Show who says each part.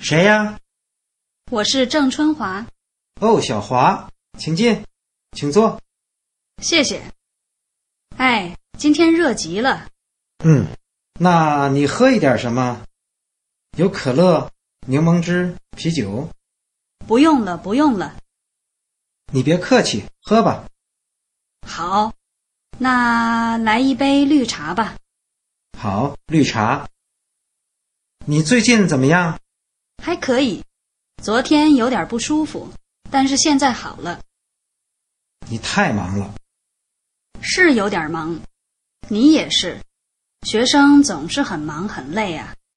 Speaker 1: 谁呀？
Speaker 2: 我是郑春华，
Speaker 1: 哦，小华，请进，请坐。
Speaker 2: 谢谢。哎，今天热极了，
Speaker 1: 嗯，那你喝一点什么？有可乐、柠檬汁、啤酒。
Speaker 2: 不用了，不用了。
Speaker 1: 你别客气，喝吧。
Speaker 2: 好，那来一杯绿茶吧。
Speaker 1: 好，绿茶。你最近怎么样？
Speaker 2: 还可以，昨天有点不舒服，但是现在好了，
Speaker 1: 你太忙了。
Speaker 2: 是有点忙。你也是，学生总是很忙很累啊。